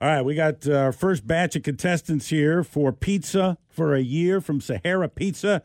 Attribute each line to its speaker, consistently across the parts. Speaker 1: All right, we got uh, our first batch of contestants here for pizza for a year from Sahara Pizza.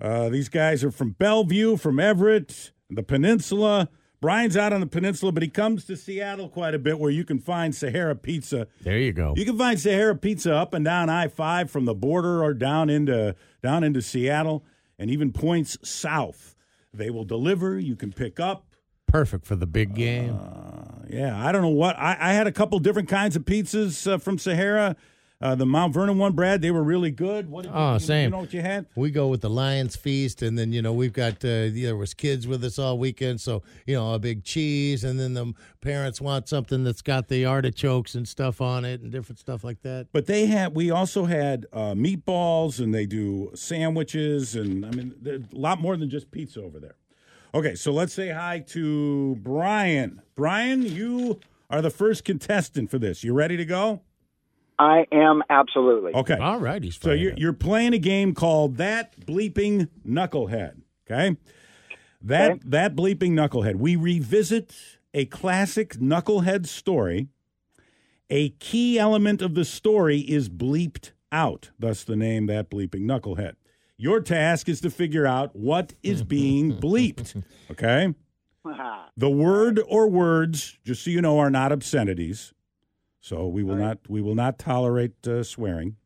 Speaker 1: Uh, these guys are from Bellevue, from Everett, the Peninsula. Brian's out on the Peninsula, but he comes to Seattle quite a bit where you can find Sahara Pizza.
Speaker 2: There you go.
Speaker 1: You can find Sahara Pizza up and down I five from the border or down into down into Seattle and even points south. They will deliver. You can pick up.
Speaker 2: Perfect for the big game.
Speaker 1: Uh. Yeah, I don't know what I, I had a couple different kinds of pizzas uh, from Sahara. Uh, the Mount Vernon one, Brad, they were really good. What did you,
Speaker 2: Oh,
Speaker 1: you- You
Speaker 2: same.
Speaker 1: know what you had?
Speaker 3: We go with the Lions Feast, and then you know we've got uh, there was kids with us all weekend, so you know a big cheese, and then the parents want something that's got the artichokes and stuff on it, and different stuff like that.
Speaker 1: But they had. We also had uh, meatballs, and they do sandwiches, and I mean, there's a lot more than just pizza over there. Okay, so let's say hi to Brian. Brian, you are the first contestant for this. You ready to go?
Speaker 4: I am absolutely.
Speaker 1: Okay.
Speaker 2: All right, he's
Speaker 1: So
Speaker 2: fired
Speaker 1: you're,
Speaker 2: up.
Speaker 1: you're playing a game called that bleeping knucklehead. Okay, that
Speaker 4: Okay.
Speaker 1: that bleeping knucklehead. We revisit a classic knucklehead story. A key element of the story is bleeped out, thus the name that bleeping knucklehead. Your task is to figure out what is being bleeped. Okay, the word or words, just so you know, are not obscenities. So we will not we will not tolerate uh, swearing.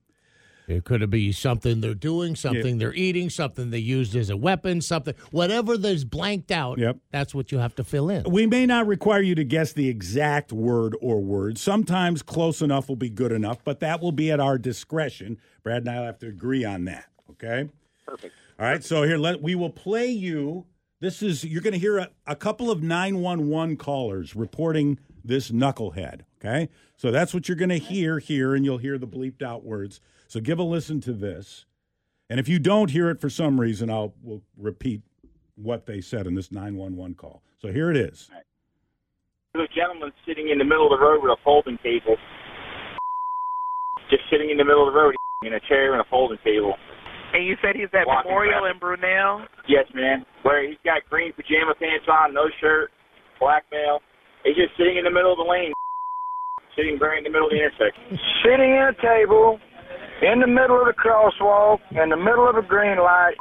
Speaker 2: It could be something they're doing, something they're eating, something they used as a weapon, something whatever there's blanked out.
Speaker 1: Yep.
Speaker 2: That's what you have to fill in.
Speaker 1: We may not require you to guess the exact word or words. Sometimes close enough will be good enough, but that will be at our discretion. Brad and I will have to agree on that. Okay.
Speaker 4: Perfect.
Speaker 1: All right. So here, let we will play you. This is you're going to hear a, a couple of nine one one callers reporting this knucklehead. Okay. So that's what you're going to hear here, and you'll hear the bleeped out words. So give a listen to this, and if you don't hear it for some reason, I'll we'll repeat what they said in this nine one one call. So here it is.
Speaker 5: There's a gentleman sitting in the middle of the road with a folding table. Just sitting in the middle of the road in a chair and a folding table.
Speaker 6: And you said he's at
Speaker 5: Walking
Speaker 6: Memorial
Speaker 5: back.
Speaker 6: in Brunel.
Speaker 5: Yes, man. Where he's got green pajama pants on, no shirt, black male. He's just sitting in the middle of the lane. Sitting right in the middle of the intersection.
Speaker 7: sitting at a table in the middle of the crosswalk in the middle of a green light.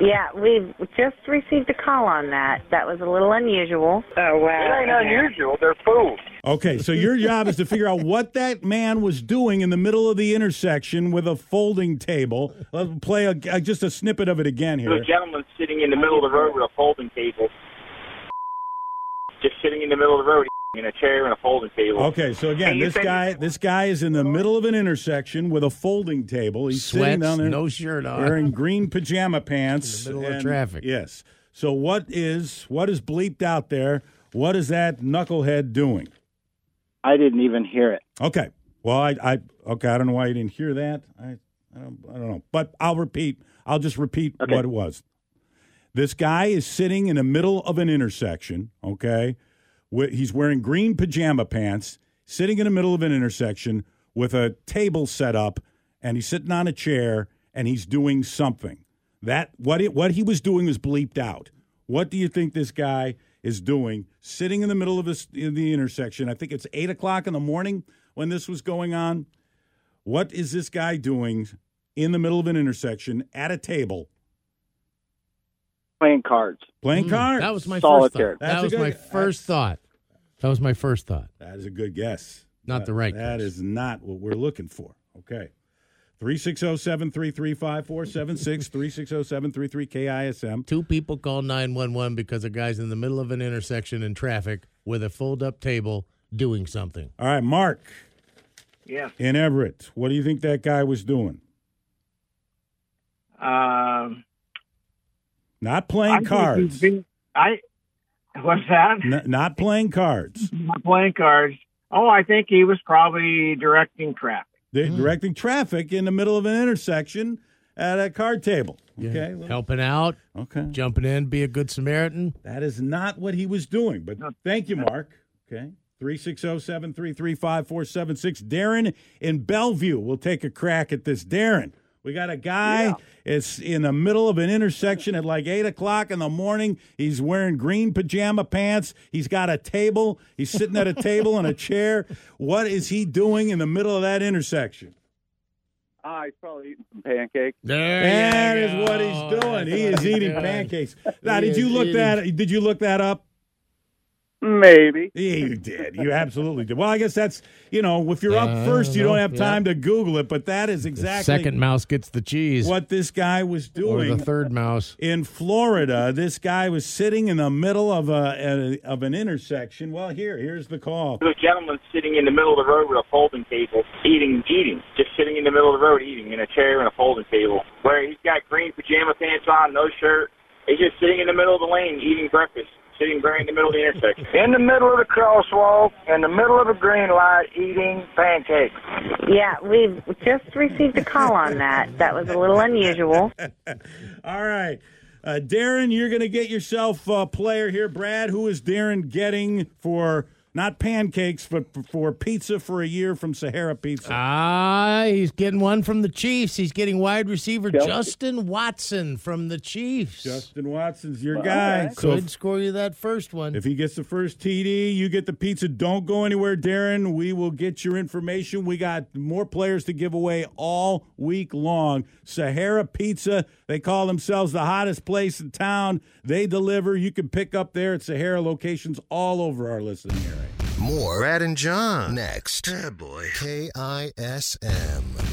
Speaker 8: Yeah, we just received a call on that. That was a little unusual. Oh
Speaker 7: It ain't unusual. They're fools.
Speaker 1: Okay, so your job is to figure out what that man was doing in the middle of the intersection with a folding table. Let's play a, a- just a snippet of it again
Speaker 5: There's
Speaker 1: here.
Speaker 5: a gentleman sitting in the middle of the road with a folding table. Just sitting in the middle of the road in a chair and a folding table.
Speaker 1: Okay, so again,
Speaker 6: Hey, you
Speaker 1: this
Speaker 6: said-
Speaker 1: guy this guy is in the middle of an intersection with a folding table. He's sitting
Speaker 2: Sweats,
Speaker 1: down there
Speaker 2: no shirt on.
Speaker 1: wearing green pajama pants
Speaker 2: In the middle of
Speaker 1: and-
Speaker 2: traffic.
Speaker 1: Yes. So what is what is bleeped out there? What is that knucklehead doing?
Speaker 4: I didn't even hear it.
Speaker 1: Okay. Well, I, I okay. I don't know why you didn't hear that. I, I don't, I don't know. But I'll repeat. I'll just repeat
Speaker 4: Okay.
Speaker 1: what it was. This guy is sitting in the middle of an intersection. Okay, Wi- he's wearing green pajama pants, sitting in the middle of an intersection with a table set up, and he's sitting on a chair and he's doing something. That what it, what he was doing was bleeped out. What do you think this guy is doing sitting in the middle of this in the intersection? I think it's eight o'clock in the morning when this was going on. What is this guy doing in the middle of an intersection at a table
Speaker 4: Playing cards.
Speaker 1: playing
Speaker 2: Mm,
Speaker 1: cards?
Speaker 2: That was my
Speaker 4: Solitaire.
Speaker 2: first thought.
Speaker 1: That's a
Speaker 2: that was
Speaker 1: good-
Speaker 2: my first thought. That was my first thought.
Speaker 1: That is a good guess.
Speaker 2: Not the right
Speaker 1: That
Speaker 2: guess.
Speaker 1: is not what we're looking for. Okay. 360-733-5476, 360-733-KISM.
Speaker 2: Two people call 911 because a guy's in the middle of an intersection in traffic with a fold up table doing something.
Speaker 1: All right, Mark
Speaker 9: Yes.
Speaker 1: in Everett. What do you think that guy was doing?
Speaker 9: Um,
Speaker 1: Not
Speaker 9: I
Speaker 1: playing
Speaker 9: think
Speaker 1: cards.
Speaker 9: he's been- I what's that?
Speaker 1: N- not playing cards.
Speaker 9: Not playing cards. Oh, I think he was probably directing traffic.
Speaker 1: They're
Speaker 2: Mm-hmm.
Speaker 1: directing traffic in the middle of an intersection at a card table. Okay. well,
Speaker 2: Helping out,
Speaker 1: Okay.
Speaker 2: jumping in, be a good Samaritan.
Speaker 1: That is not what he was doing. But thank you, Mark. Okay. 360-733-5476. Darren in Bellevue will take a crack at this. Darren, We got a guy. It's in the middle of an intersection at like eight o'clock in the morning. He's wearing green pajama pants. He's got a table. He's sitting at a table and a chair. What is he doing in the middle of that intersection?
Speaker 6: Ah, he's probably eating some pancakes.
Speaker 2: There
Speaker 1: That
Speaker 2: you
Speaker 1: is what
Speaker 2: go.
Speaker 1: he's doing. He
Speaker 2: That's
Speaker 1: is
Speaker 2: what he's
Speaker 1: eating
Speaker 2: doing.
Speaker 1: pancakes. Now,
Speaker 2: He
Speaker 1: did you
Speaker 2: is
Speaker 1: look
Speaker 2: eating-
Speaker 1: that? Did you look that up?
Speaker 6: Maybe.
Speaker 1: Yeah, you did. You absolutely did. Well, I guess that's you know, if you're
Speaker 2: Uh,
Speaker 1: up first, you don't
Speaker 2: no,
Speaker 1: have
Speaker 2: yeah.
Speaker 1: time to Google it. But that is
Speaker 2: The
Speaker 1: exactly
Speaker 2: Second mouse gets the cheese,
Speaker 1: what this guy was
Speaker 2: or the
Speaker 1: doing
Speaker 2: third mouse.
Speaker 1: in Florida. This guy was sitting in the middle of a, a of an intersection. Well, here here's the call.
Speaker 5: There's a gentleman sitting in the middle of the road with a folding table, eating, eating, just sitting in the middle of the road, eating in a chair and a folding table. Where he's got green pajama pants on, no shirt. He's just sitting in the middle of the lane, eating breakfast, sitting right in the middle of the intersection.
Speaker 7: In the middle of the crosswalk, in the middle of a green light, eating pancakes.
Speaker 8: Yeah, we've just received a call on that. That was a little unusual.
Speaker 1: All right. Uh, Darren, you're going to get yourself a player here. Brad, who is Darren getting for not pancakes, but for pizza for a year from Sahara Pizza?
Speaker 2: Ah, he's getting one from the Chiefs. He's getting wide receiver Justin Watson from the Chiefs.
Speaker 1: Justin Watson's your guy. So
Speaker 2: Could score you that first one.
Speaker 1: If he gets the first TD, you get the pizza. Don't go anywhere, Darren. We will get your information. We got more players to give away all week long. Sahara Pizza, they call themselves the hottest place in town. They deliver. You can pick up there at Sahara locations all over our listening area.
Speaker 10: More Brad and John next. Oh boy. K I S M.